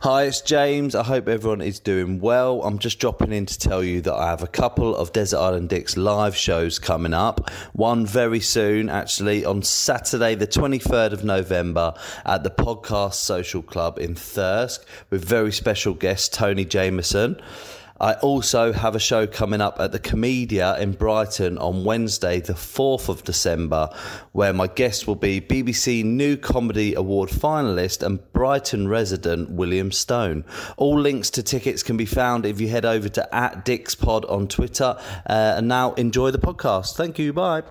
Hi, it's James. I hope everyone is doing well. I'm just dropping in to tell you that I have a couple of Desert Island Dicks live shows coming up. One very soon, actually, on Saturday, the 23rd of November, at the Podcast Social Club in Thirsk with very special guest Tony Jameson. I also have a show coming up at the Comedia in Brighton on Wednesday, the 4th of December, where my guest will be BBC New Comedy Award finalist and Brighton resident William Stone. All links to tickets can be found if you head over to at DixPod on Twitter. Uh, and now enjoy the podcast. Thank you. Bye.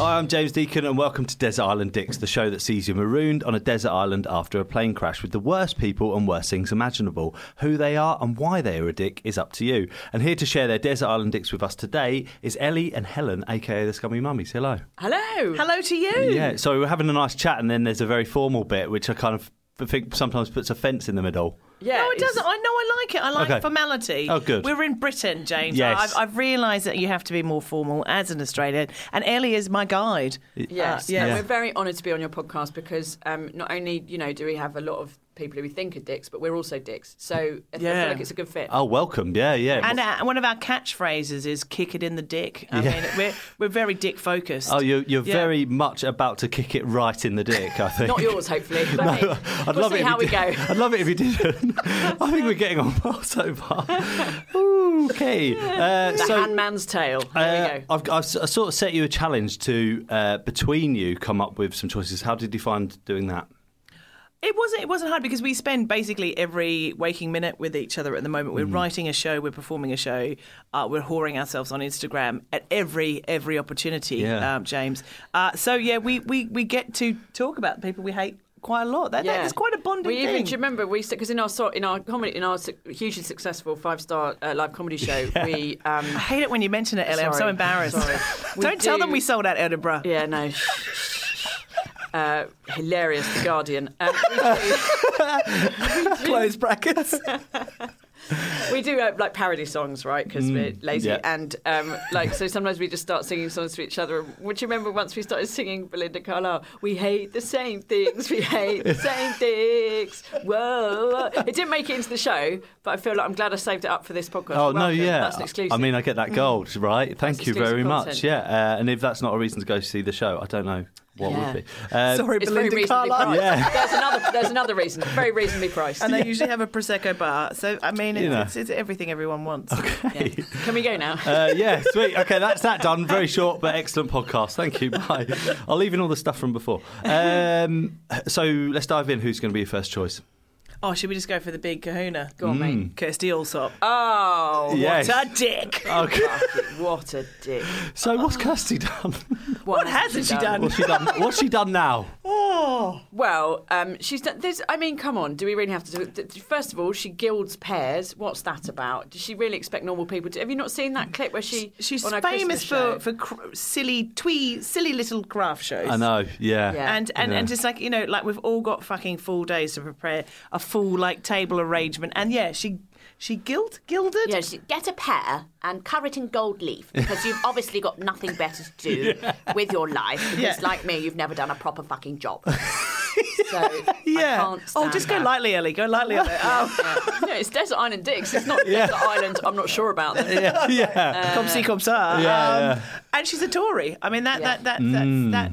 Hi, I'm James Deacon, and welcome to Desert Island Dicks, the show that sees you marooned on a desert island after a plane crash with the worst people and worst things imaginable. Who they are and why they are a dick is up to you. And here to share their Desert Island Dicks with us today is Ellie and Helen, aka the Scummy Mummies. Hello. Hello. Hello to you. Yeah, so we're having a nice chat, and then there's a very formal bit, which I kind of think sometimes puts a fence in the middle. Yeah, no, it doesn't. I know I like it. I like Okay. formality. Oh, good. We're in Britain, James. Yes. I've, I've realised that you have to be more formal as an Australian, and Ellie is my guide. Yes, Uh, yeah. yeah. We're very honoured to be on your podcast because um, not only you know do we have a lot of people who we think are dicks, but we're also dicks. So I feel- I Yeah. feel like it's a good fit. Oh, welcome. Yeah, yeah. And uh, one of our catchphrases is "kick it in the dick." I mean, we're we're very dick focused. Oh, you're, you're Yeah. very much about to kick it right in the dick, I think. Not yours, hopefully. but No, me. I'd we'll love see it. how we if you go. did- I'd love it if you didn't. I think we're getting on well so far. Ooh, okay. Uh, The so. handman's tale. uh, There we go. I've, I've s- I sort of set you a challenge to uh, between you come up with some choices. How did you find doing that? It wasn't. It wasn't hard because we spend basically every waking minute with each other at the moment. We're Mm. writing a show. We're performing a show. Uh, we're whoring ourselves on Instagram at every every opportunity. Yeah. Um, James. Uh, so yeah, we, we we get to talk about people we hate quite a lot. That, that is quite a bonding we thing. Even, do you remember we because in our so- in our comedy in our su- hugely successful five star uh, live comedy show we um, I hate it when you mention it, Ellie. I'm so Sorry. embarrassed. Sorry. We Don't tell them do- we sold out Edinburgh. yeah no. shh, shh, shh. Uh, hilarious, The Guardian. Um, we do- Close brackets. we do uh, like parody songs, right? Because we're lazy, Mm, yeah. and um, like so sometimes we just start singing songs to each other. Would you remember once we started singing Belinda Carlisle? We hate the same things. We hate the same things. Whoa! It didn't make it into the show, but I feel like I'm glad I saved it up for this podcast. Oh no, Welcome. yeah. that's an exclusive. Mm. I mean, I get that gold, right? Thank That's you very exclusive much. content. Yeah, uh, and if that's not a reason to go see the show, I don't know what Yeah. would be. Uh, Sorry, it's very Belinda reasonably Carlisle. priced. There's another. There's another reason. Very reasonably priced. And they usually have a prosecco bar. So I mean, it's, You know. it's, it's everything everyone wants. Yeah. Can we go now? Uh, yeah, sweet. Okay, that's that done. Very short but excellent podcast. Thank you. Bye. I'll leave in all the stuff from before. Um, so let's dive in. Who's going to be your first choice? Oh, should we just go for the big Kahuna? Go on, mm. mate. Kirsty Allsop. oh, Hmm. Yes. What a dick! Okay. what a dick! So what's Kirsty done? What, hasn't she done? What's she done? What's she done now? Oh, Well, um, she's done this. I mean, come on, do we really have to do it? Th- th- First of all, she gilds pears. What's that about? Does she really expect normal people to? Have you not seen that clip where she she's on her famous Christmas show? for for cr- silly twee, silly little craft shows. I know. Yeah. Yeah. And and, and just like you know, like we've all got fucking full days to prepare a full like table arrangement. And yeah, she she gild gilded. Yeah, she- get a pear and cover it in gold leaf because you've obviously got nothing better to do with your life. Because, Yeah. like me, you've never done a proper fucking job. so, I Yeah. can't oh, stand just go that. lightly, Ellie. Go lightly on it. Oh, no, it's Desert Island Dicks. It's not Yeah. Desert Island. I'm not sure about them. Yeah. Yeah. comme si, comme ça. Yeah, Um, yeah. Mm. And she's a Tory. I mean, that Yeah. that that that, that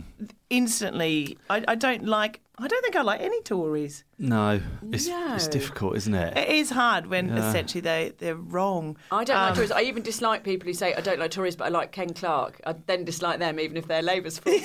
instantly. I, I don't like. I don't think I like any Tories. No. It's No. it's difficult, isn't it? It is hard when essentially they they're wrong. I don't like Tories. I even dislike people who say I don't like Tories, but I like Ken Clark. I then dislike them, even if they're Labour's fault.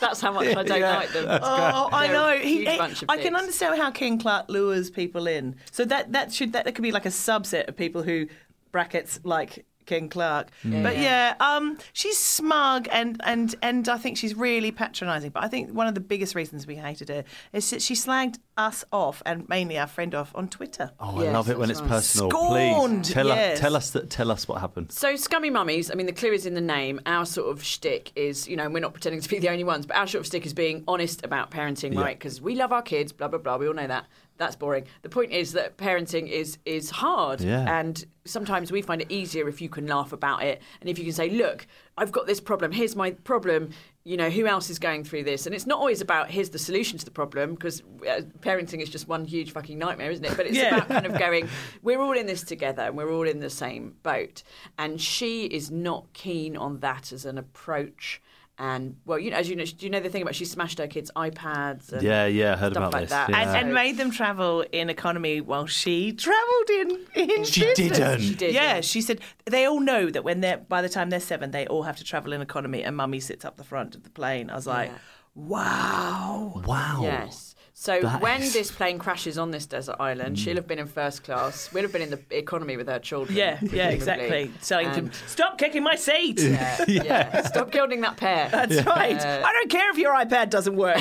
That's how much I don't Yeah, like them. Oh, I They're know. a He, huge eh, bunch of I can dicks. understand how King Clark lures people in. So that that should that, that could be like a subset of people who brackets like King Clark. But yeah, um, she's smug and and and I think she's really patronising. But I think one of the biggest reasons we hated her is that she slagged us off and mainly our friend off on Twitter. Oh, I Yes, love it when that's it's nice. personal. Scorned, Please tell yes. us, tell us that, tell us what happened. So, Scummy Mummies, I mean, the clue is in the name. Our sort of shtick is, you know, and we're not pretending to be the only ones, but our sort of shtick is being honest about parenting, right? Because we love our kids, blah, blah, blah. We all know that. That's boring. The point is that parenting is is hard. Yeah. And sometimes we find it easier if you can laugh about it and if you can say, look, I've got this problem. Here's my problem. You know, who else is going through this? And it's not always about here's the solution to the problem because uh, parenting is just one huge fucking nightmare, isn't it? But it's Yeah. about kind of going, we're all in this together and we're all in the same boat. And she is not keen on that as an approach. And well, you know, as you know, do you know the thing about she smashed her kids' iPads? And Yeah, yeah, I heard stuff about like this, That. yeah. And, and made them travel in economy while she travelled in, in She business. didn't. She did, yeah, yeah. she said they all know that when they're by the time they're seven, they all have to travel in economy, and mummy sits up the front of the plane. I was like, Yeah. wow. Oh, Wow. Yes. So That when is- Mm. this plane crashes on this desert island, she'll have been in first class. We'll have been in the economy with her children. Yeah, yeah, presumably. exactly. Telling them, And- uh, stop kicking my seat. Yeah, yeah. Stop gilding that Uh, pear. That's right. I don't care if your iPad doesn't work.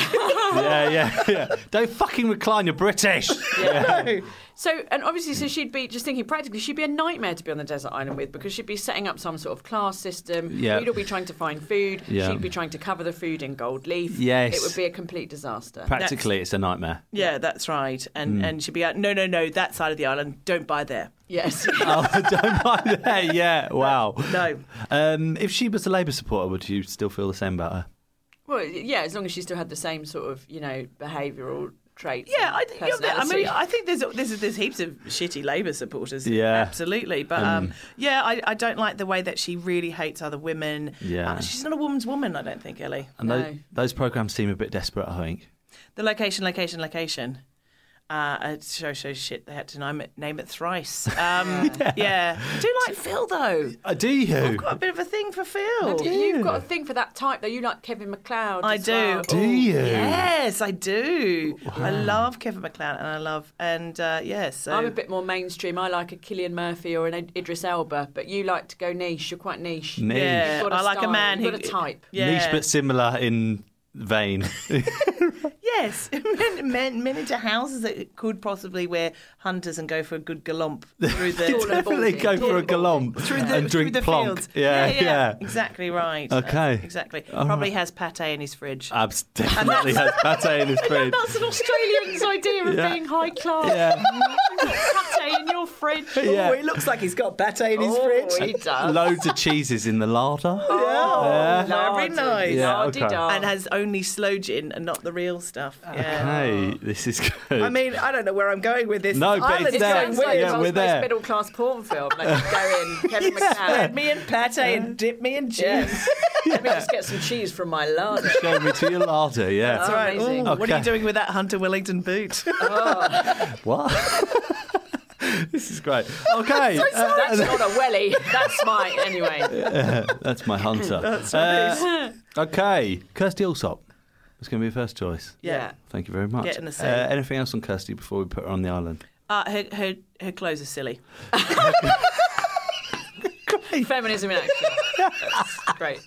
yeah, yeah, yeah. Don't fucking recline. You're British. So, and obviously, so she'd be just thinking practically, she'd be a nightmare to be on the desert island with because she'd be setting up some sort of class system. Yeah. We'd all be trying to find food. Yeah. She'd be trying to cover the food in gold leaf. Yes. It would be a complete disaster. Practically, it's a nightmare. yeah, that's right. And and she'd be like, no, no, no, that side of the island, don't buy there. yes. oh, don't mind that. Yeah. Wow. No. Um, if she was a Labour supporter, would you still feel the same about her? well, yeah, as long as she still had the same sort of, you know, behavioural traits. Yeah, and I, think- yeah, I personality. mean, I think there's, there's there's heaps of shitty Labour supporters. Yeah. absolutely. But um, yeah, I, I don't like the way that she really hates other women. Yeah. Uh, she's not a woman's woman. I don't think Ellie. And those, No. those programs seem a bit desperate. I think. The location, location, location. Uh, a show, show, shit. They had to name it, name it thrice. Um, yeah. I do like Phil though. Uh, do you? I've got a bit of a thing for Phil. You've got a thing for that type, though. You like Kevin McLeod. I as do. well. Do you? Yes, I do. I love Kevin McLeod, and I love and uh, yeah. So I'm a bit more mainstream. I like a Killian Murphy or an Id- Idris Elba, but you like to go niche. You're quite niche. Niche. yeah, You've got a I like style, a man you've who got a type. Yeah. Niche but similar in vein. Yes, men, men, men into houses that could possibly wear hunters and go for a good gallop through Tall the and Definitely ballsy. go for a Tall and galomp through the, and through drink the plonk. fields. Yeah, yeah. exactly right. That's Okay. exactly. All Probably right. Uh, has pate in his fridge. Abs definitely has pate in his fridge. That's an Australian's idea of Yeah. being high class. Yeah. You've got pate in your fridge. Yeah. Oh, it looks like he's got pate in his Oh, fridge. he does. Loads of cheeses in the larder. Oh, very Lardy, nice. Yeah, lardy okay. da. And has only slow gin and not the real stuff. Yeah. Hey, this is good. I mean, I don't know where I'm going with this. No, but Island it's It is there. going sounds like weird. Yeah, the we're world's there. most middle class porn film. Like you go in, Kevin Spread McLeod. me in pate Uh, and dip me in gin. Yes. Let me just get some cheese from my larder. Show me to your larder, yeah. That's All right. Amazing. Ooh, What are Okay. you doing with that Hunter Wellington boot? What? this is great. Okay. uh, That's not a welly. That's my anyway. that's my hunter. Uh, okay. Kirsty Allsop. It's going to be her first choice. Yeah. Thank you very much. Get in the uh, seat. anything else on Kirsty before we put her on the island? Uh, her, her, her clothes are silly. Feminism in action. That's great.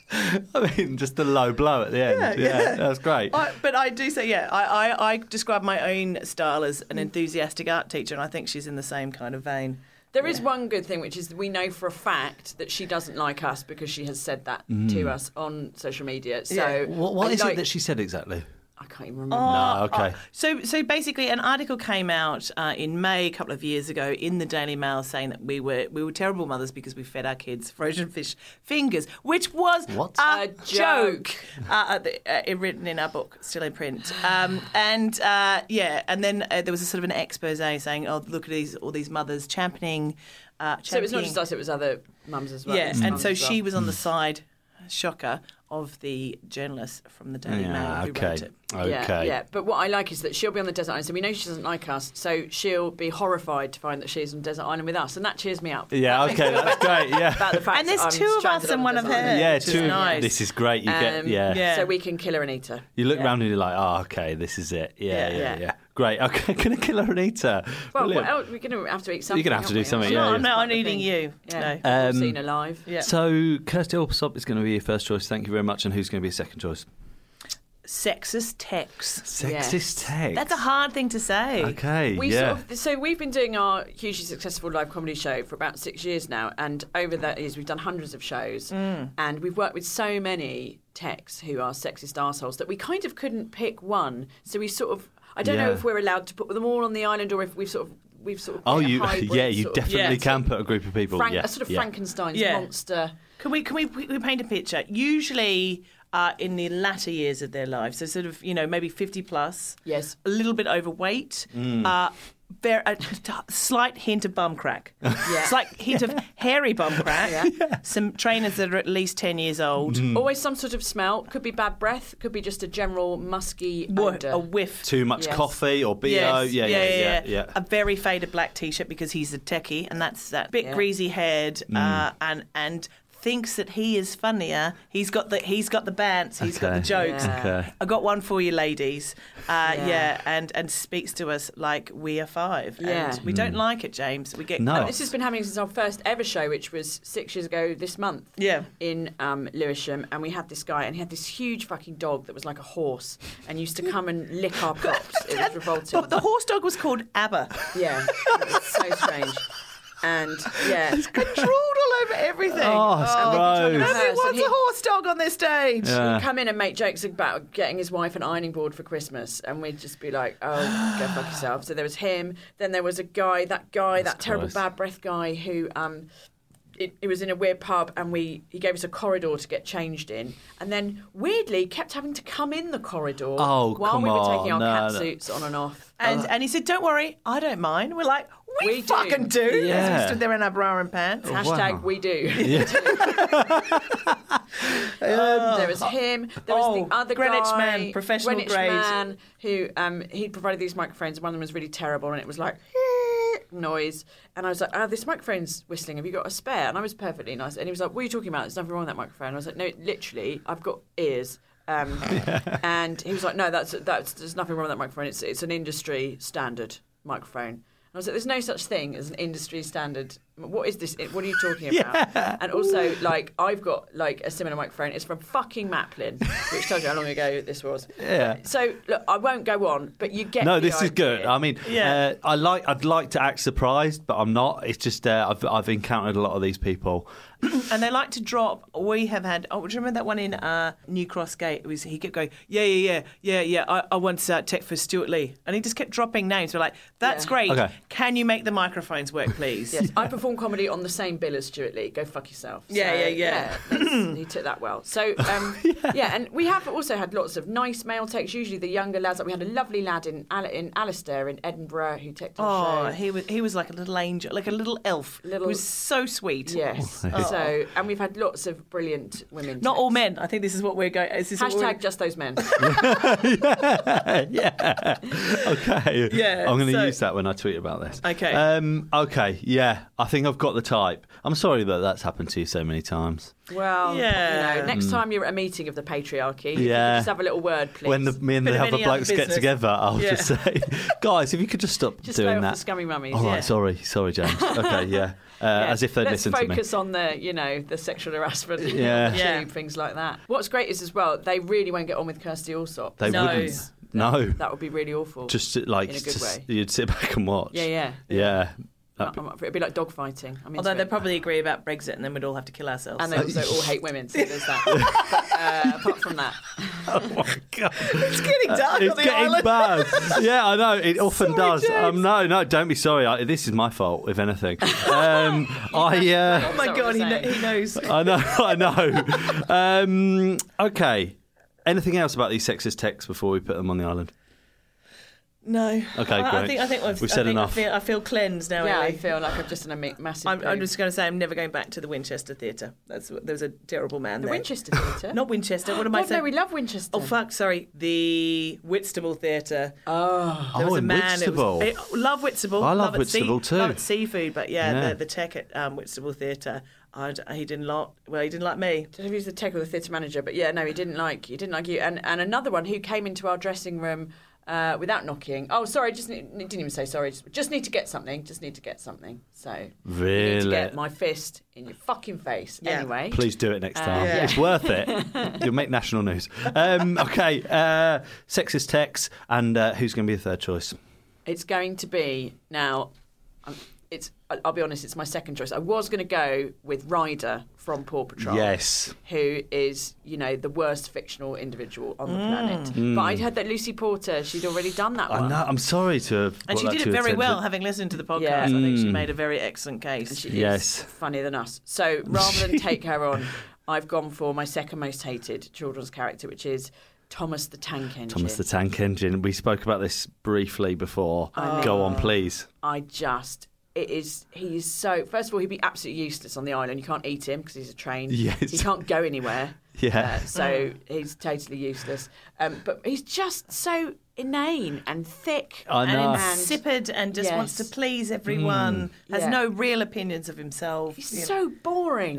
I mean, just the low blow at the end. Yeah, that's great. I, but I do say, yeah, I, I, I describe my own style as an enthusiastic art teacher, and I think she's in the same kind of vein. There is one good thing, which is we know for a fact that she doesn't like us because she has said that Mm. to us on social media. So Yeah. What, what I is like- Uh, it that she said exactly? I can't even Oh, remember. no, Ah, okay. Uh, So, so basically, an article came out uh, in May a couple of years ago in the Daily Mail saying that we were we were terrible mothers because we fed our kids frozen fish fingers, which was What? a, A joke, joke. Uh, uh, the- uh, written in our book, still in print. Um, and uh, yeah, and then uh, there was a sort of an expose saying, "Oh, look at these all these mothers championing." Uh, so it was not championing- just us; it was other mums as well. Yeah, It's and mums Hmm. so as well. she was on the side, shocker, of the journalist from the Daily Mail Yeah, who okay. wrote it. Yeah, Okay. yeah. But what I like is that she'll be on the desert island, so we know she doesn't like us, so she'll be horrified to find that she's on desert island with us, and that cheers me up. Yeah, okay, that's great. Yeah. About the fact And there's that I'm two of stranded us and on one a of desert her. island. Yeah, which is two. nice. This is great. You get Um, yeah. yeah. So we can kill her and eat her. You look round and you're like, oh, okay, this is it. Yeah, yeah, Yeah. yeah. Yeah. Great. Okay, gonna kill her and eat her. Well, Brilliant. what else? We're going to have to eat You're something. gonna have to do aren't we? something, No, yeah, I'm, not, I'm That's the eating thing. you. Yeah. No. Um, Seen alive. Yeah. So Kirsty Allsop is going to be your first choice. Thank you very much. And who's going to be your second choice? Sexist text. Sexist text. That's a hard thing to say. Okay. We yeah. sort of, so we've been doing our hugely successful live comedy show for about six years now, and over that years we've done hundreds of shows, Mm. and we've worked with so many techs who are sexist assholes that we kind of couldn't pick one. So we sort of, I don't know Yeah. if we're allowed to put them all on the island or if we've sort of we've sort of oh, put a you. hybrid Yeah, you sort of- definitely yeah, can put a group of people. Frank, yeah, a sort of yeah. Frankenstein's Yeah. monster. Can we can we, we we paint a picture? Usually uh, in the latter years of their lives, so sort of you know maybe fifty plus. Yes. a little bit overweight. Mm. Uh, very, a t- slight hint of bum crack. Yeah. Slight hint of hairy bum crack. Some trainers that are at least 10 years old. Mm-hmm. Always some sort of smell. Could be bad breath. Could be just a general musky Wha- odor. A whiff. Too much Yes. coffee or bo. Oh, Yeah, yeah, yeah, yeah, A very faded black t-shirt because he's a techie, and that's that bit Yeah. greasy haired, uh, Hmm. and and thinks that he is funnier. He's got the he's got the bants, he's got the Okay. jokes. Yeah. Okay. I got one for you, ladies. Uh, yeah. Yeah. and and speaks to us like we are five. Yeah. and we don't like it, James. We get Hmm. No. This has been happening since our first ever show, which was six years ago this month. Yeah. In um, Lewisham, and we had this guy, and he had this huge fucking dog that was like a horse, and used to come and lick our props. It was revolting. But Oh, the horse dog was called Abba. yeah, it was so strange. And yeah, I drooled all over everything. Oh, it's gross. Nobody Yeah, so wants he- a horse dog on this stage. Uh. he'd come in and make jokes about getting his wife an ironing board for Christmas, and we'd just be like, "Oh, go fuck yourself." So there was him. Then there was a guy, that guy, that terrible gross. bad breath guy, who um, it, it was in a weird pub, and we he gave us a corridor to get changed in, and then weirdly kept having to come in the corridor Oh, while come we were on. taking our No, cat no. suits on and off. And and he said, "Don't worry, I don't mind." We're like, "We, We do. fucking do." As Yeah. we stood there in our bra and pants. Hashtag Oh, wow. we do. there was him. There was Oh, the other Greenwich guy, Man, professional Greenwich grade. Man, who um, he provided these microphones. and One of them was really terrible, and it was like noise. And I was like, "Oh, this microphone's whistling. Have you got a spare?" And I was perfectly nice. And he was like, "What are you talking about? There's nothing wrong with that microphone." I was like, "No, literally, I've got ears." Um, And he was like, "No, that's that's there's nothing wrong with that microphone. It's it's an industry standard microphone." And I was like, "There's no such thing as an industry standard. What is this? What are you talking about?" And also, like, I've got like a similar microphone. It's from fucking Maplin, which tells you how long ago this was. Yeah. So look, I won't go on, but you get. No, the this is good. idea. I mean, Yeah. uh, I like. I'd like to act surprised, but I'm not. It's just uh, I've I've encountered a lot of these people. And they like to drop. We have had. Oh, do you remember that one in uh, New Cross Gate? It was he kept going, yeah, yeah, yeah, yeah, yeah. I, I once uh, tech for Stuart Lee, and he just kept dropping names. We're like, that's Yeah. great. Okay. Can you make the microphones work, please? Yes, I perform comedy on the same bill as Stuart Lee. Go fuck yourself. Yeah, yeah, yeah. that's- he took that well. So, um, yeah. and we have also had lots of nice male texts, usually the younger lads. Like we had a lovely lad in, Al- in Alistair in Edinburgh who texted Oh, our show. he was he was like a little angel, like a little elf. He Little- was so sweet. Yes. So, and we've had lots of brilliant women. Not all texts. men. I think this is what we're going. Is this what we're- Hashtag just those men. yeah. Okay. Yeah, I'm going to so- use that when I tweet about this. Okay. Um, okay. Yeah. I think I've got the type. I'm sorry that that's happened to you so many times. Well, you Yeah. know, next time you're at a meeting of the patriarchy, if you could Mm. Yeah. just have a little word, please. When the, me and Bit the of other any other blokes get business. together, I'll Yeah. just say, guys, if you could just stop just doing throw that. Oh, off the scummy mummies. All right. yeah. Sorry. Sorry, James. Okay. Yeah. Uh, As if they'd Let's listen to me. focus on the, you know, the sexual harassment, Yeah. yeah. Yeah. things like that. What's great is as well, they really won't get on with Kirsty Allsop. They No. wouldn't. No. That would be really awful. Just to, like In a good just- way. you'd sit back and watch. yeah, yeah. Yeah. I'm- I'm up for it. It'd be like dogfighting. I mean, Although they probably agree about Brexit, and then we'd all have to kill ourselves. and they also all hate women. So there's that. but, uh, apart from that, Oh my god. it's getting dark It's on the getting island. bad. yeah, I know. It often Sorry, does. James. Um, no, no, don't be sorry. I, this is my fault, if anything. Um, I, uh, Oh my That's what god, he, I'm kn- saying. he knows. I know. I know. Um, okay. Anything else about these sexist texts before we put them on the island? No. Okay, I, I great. think I think I've, We've I said think enough. I feel, I feel cleansed now. Yeah, I Ellie. feel like I'm just in a ma- massive. I'm, I'm poo. just going to say I'm never going back to the Winchester Theatre. That's what- there was a terrible man the there. Winchester Theatre. Not Winchester. What am I God, saying? no, we love Winchester. Oh fuck! Sorry, the Whitstable Theatre. Oh, there was Oh, a in man. it was- Whitstable. it- love Whitstable. I love it sea- Whitstable too. Love it seafood, but yeah, Yeah. The, the tech at um, Whitstable Theatre. I, d- he didn't like. Well, he didn't like me. don't know if he was the tech or the theatre manager, but yeah, no, he didn't like he didn't like you. And and another one who came into our dressing room uh, without knocking. Oh, sorry, just need, didn't even say sorry. Just, just need to get something. Just need to get something. So you need to Really? get my fist in your fucking face. Yeah. Anyway, Please do it next time. yeah. It's worth it. You'll make national news. Um, okay, uh, sexist text, and uh, who's going to be the third choice? it's going to be now. Um, it's I- I'll be honest, it's my second choice. I was going to go with Ryder from Paw Patrol. Yes. who is, you know, the worst fictional individual on the planet. But I heard that Lucy Porter, she'd already done that Mm. I one. know, I'm sorry to have. And brought she that did to it your very well, attention. Mm. having listened to the podcast. Yeah. I think she made a very excellent case. She Yes. is funnier than us. So rather than take her on, I've gone for my second most hated children's character, which is Thomas the Tank Engine. Thomas the Tank Engine. We spoke about this briefly before. Go on, please. I just. It is. He is so. First of all, he'd be absolutely useless on the island. You can't eat him because he's a train. Yes. He can't go anywhere. Yeah. Uh, so he's totally useless. Um, but he's just so inane and thick. I and know. insipid and just Yes. Mm. wants to please everyone. Has Yeah. no real opinions of himself. you know. He's so boring.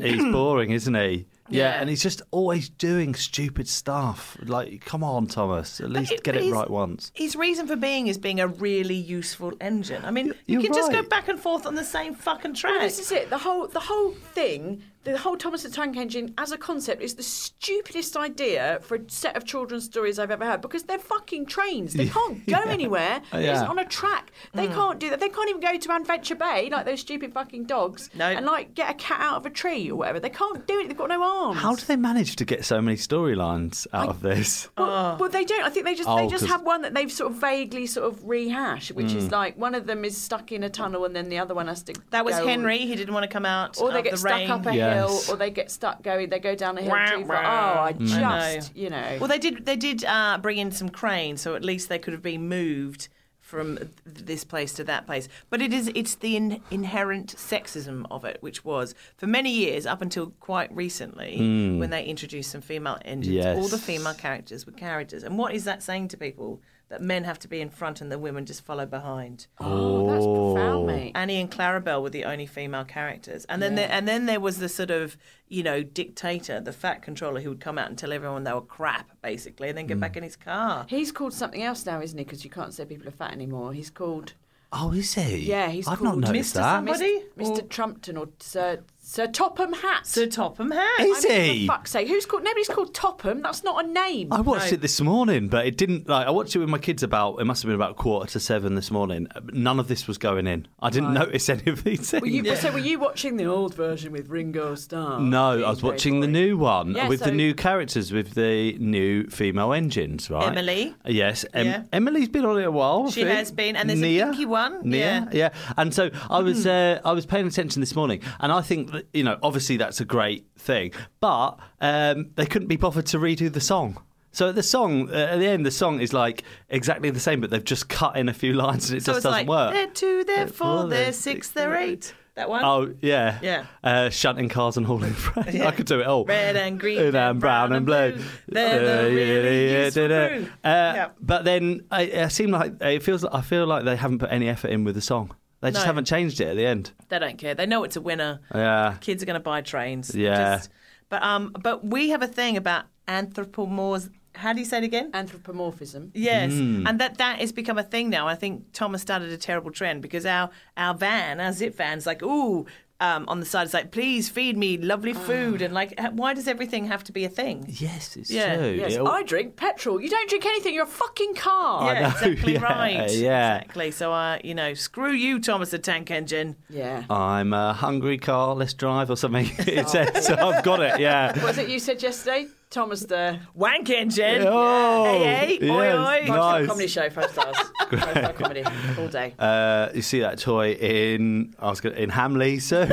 He's boring, isn't he? Yeah, Yeah. and he's just always doing stupid stuff. Like, come on, Thomas. At least it- get but it he's- right once. His reason for being is being a really useful engine. I mean, you, you're can just go right. back and forth on the same fucking track. Well, this is it. The whole the whole thing, the whole Thomas the Tank Engine as a concept is the stupidest idea for a set of children's stories I've ever heard because they're fucking trains. They can't go anywhere. It Yeah. Mm. isn't on a track. They can't do that. They can't even go to Adventure Bay like those stupid fucking dogs. No. And like get a cat out of a tree or whatever. They can't do it. They've got no arms. How do they manage to get so many storylines out of this? Well, well, they don't. I think they just uh. Oh, they just 'cause- Mm. have one that they've sort of vaguely sort of rehashed, which is like one of them is stuck in a tunnel and then the other one has to. that was go- Henry. He didn't want to come out. or they of get the stuck rain. up a Yes. hill, or they get stuck going. They go down a hill Wah, too far. wah. Oh, I know. just, you know. Well, they did. They did uh, bring in some cranes, so at least they could have been moved from th- this place to that place. But it is it's the in, inherent sexism of it, which was for many years up until quite recently when they introduced some female engines. All the Yes. female characters were carriages, and what is that saying to people? That men have to be in front and the women just follow behind. oh, that's profound, mate. Annie and Clarabelle were the only female characters, and then there, and then there was the sort of you know dictator, the fat controller, who would come out and tell everyone they were crap basically, and then get Mm. back in his car. He's called something else now, isn't he? Because you can't say people are fat anymore. He's called Oh, is he? Yeah, he's I've called not Mr. noticed that. somebody. Buddy? Mr. Or- Trumpton or Sir Sir Topham Hatt. Sir Topham Hatt. Is I mean, he? For fuck's sake, who's called? Nobody's called Topham. That's not a name. I watched it this morning, but it didn't. Like, I watched it with my kids about. It must have been about quarter to seven this morning. Uh, None of this was going in. I didn't notice any of these things. Were you, So were you watching the old version with Ringo Starr? no, Being I was very watching the boring? new one Yeah, with so- the new characters, with the new female engines, right? Emily. Yes, em- Yeah. Emily's been on it a while. I She think. has been, and there's a Nia, pinky one, Hmm. Nia, yeah. And so I was, uh, I was paying attention this morning, and I think that you know, obviously that's a great thing, but um, they couldn't be bothered to redo the song. So the song uh, at the end, the song is like exactly the same, but they've just cut in a few lines, and it so just it's doesn't like work. they're two, they're four, four, they're they're six, six, they're they're eight. That one. Oh yeah, Yeah. Uh, shunting cars and hauling freight. I could do it all. Red and green and, and brown and blue. They're the really Yeah, yeah, useful yeah, crew. yeah. Uh, Yeah. But then I, it seemed like it feels. I feel like they haven't put any effort in with the song. They just No. haven't changed it at the end. They don't care. They know it's a winner. Yeah. Kids are going to buy trains. Yeah. but um, but we have a thing about anthropomorphs. How do you say it again? anthropomorphism. Yes, Mm. and that that has become a thing now. I think Thomas started a terrible trend because our our van, our zip van's like, ooh, um, on the side it's like, please feed me lovely food, and like, h- why does everything have to be a thing? Yes, it's Yeah, true. Yes, It all- I drink petrol. You don't drink anything. You're a fucking car. yeah, know, exactly yeah, right. yeah. exactly. So, uh, you know, screw you, Thomas the Tank Engine. Yeah. I'm a hungry car. Let's drive or something. it says. So I've got it. Yeah. What was it you said yesterday? Thomas the Wank engine. Oh, Hey, hey, oi, yes, oi. Five-star nice. comedy show, five stars. five star comedy all day. Uh, you see that toy in I was gonna, in Hamley soon,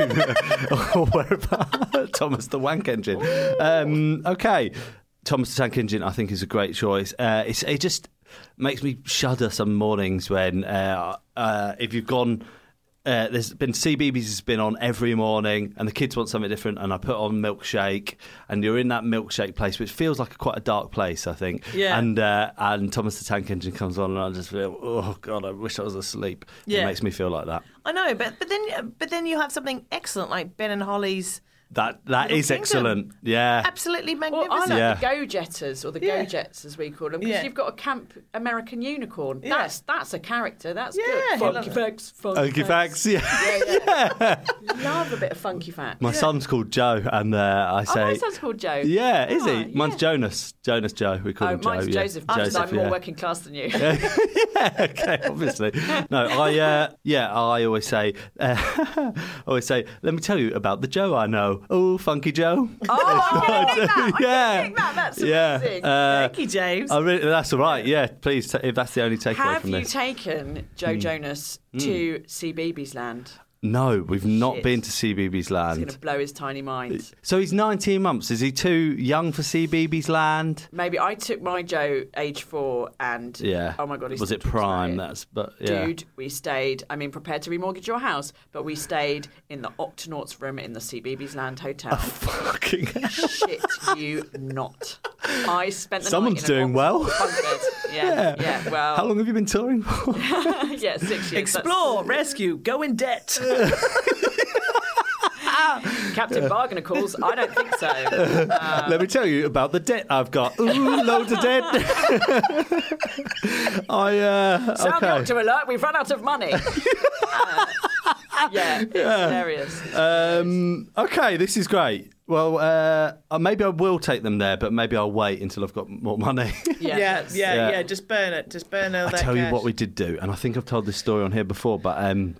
or whereabouts? Thomas the Wank Engine. Um, okay, Thomas the Tank Engine. I think is a great choice. Uh, it's it just makes me shudder some mornings when uh, uh, if you've gone. Uh, there's been CBeebies has been on every morning, and the kids want something different, and I put on milkshake, and you're in that milkshake place, which feels like a, quite a dark place, I think. Yeah. And uh, and Thomas the Tank Engine comes on, and I just feel, oh god, I wish I was asleep. It Yeah. makes me feel like that. I know, but but then but then you have something excellent like Ben and Holly's. That that Little is Kingdom. excellent. Yeah. Absolutely Well, magnificent. I like Yeah. the go jetters or the Yeah. go jets as we call them because Yeah. you've got a camp American unicorn. Yeah. That's that's a character. That's Yeah, good. I love Funky it. facts. Funky, Funky facts, yeah. Yeah, yeah. love a bit of funky facts. My son's called Joe, and uh, I oh, say, my son's called Joe. yeah, is he? Ah, Mine's yeah. Jonas. Jonas Joe. We call Oh, him Joe. mine's yeah. Joseph. I'm just- I'm more yeah. working class than you. okay, obviously. No, I uh, yeah, I always say, uh, I always say, let me tell you about the Joe I know. Oh, Funky Joe. Oh, I didn't think that. yeah, I didn't think that. That's yeah. amazing. Uh, Thank you, James. I really, that's all right. Yeah, please. T- if that's the only takeaway Have from you this, Hmm. taken Joe Jonas to CBeebies land? no, we've not Oh, Shit. been to CBeebies It's Land. going to blow his tiny mind. So he's 19 months. Is he too young for CBeebies Land? Maybe I took my Joe age four and Yeah. oh my god, he was still it talks prime? about it. That's but yeah. Dude, we stayed. I mean, prepared to remortgage your house, but we stayed in the Octonauts room in the CBeebies Land Hotel. Fucking hell. Shit, you not. I spent the Someone's night in an doing well. Oxford bunk bed. Yeah, yeah, Well, How long have you been touring for? yeah, six years. That's- Explore, rescue, go in debt. Captain Bargainer calls. I don't think so. Let me tell you about the debt I've got. Ooh, loads of debt. I uh Sound okay. the Octo alert. We've run out of money. Uh, yeah, it's hilarious. Um, okay, this is great. Well, uh, uh, maybe I will take them there, but maybe I'll wait until I've got more money. Yeah, yeah, that's- yeah, Yeah. yeah, Just burn it. Just burn all I that Oh, tell you cash. what we did do, and I think I've told this story on here before, but um,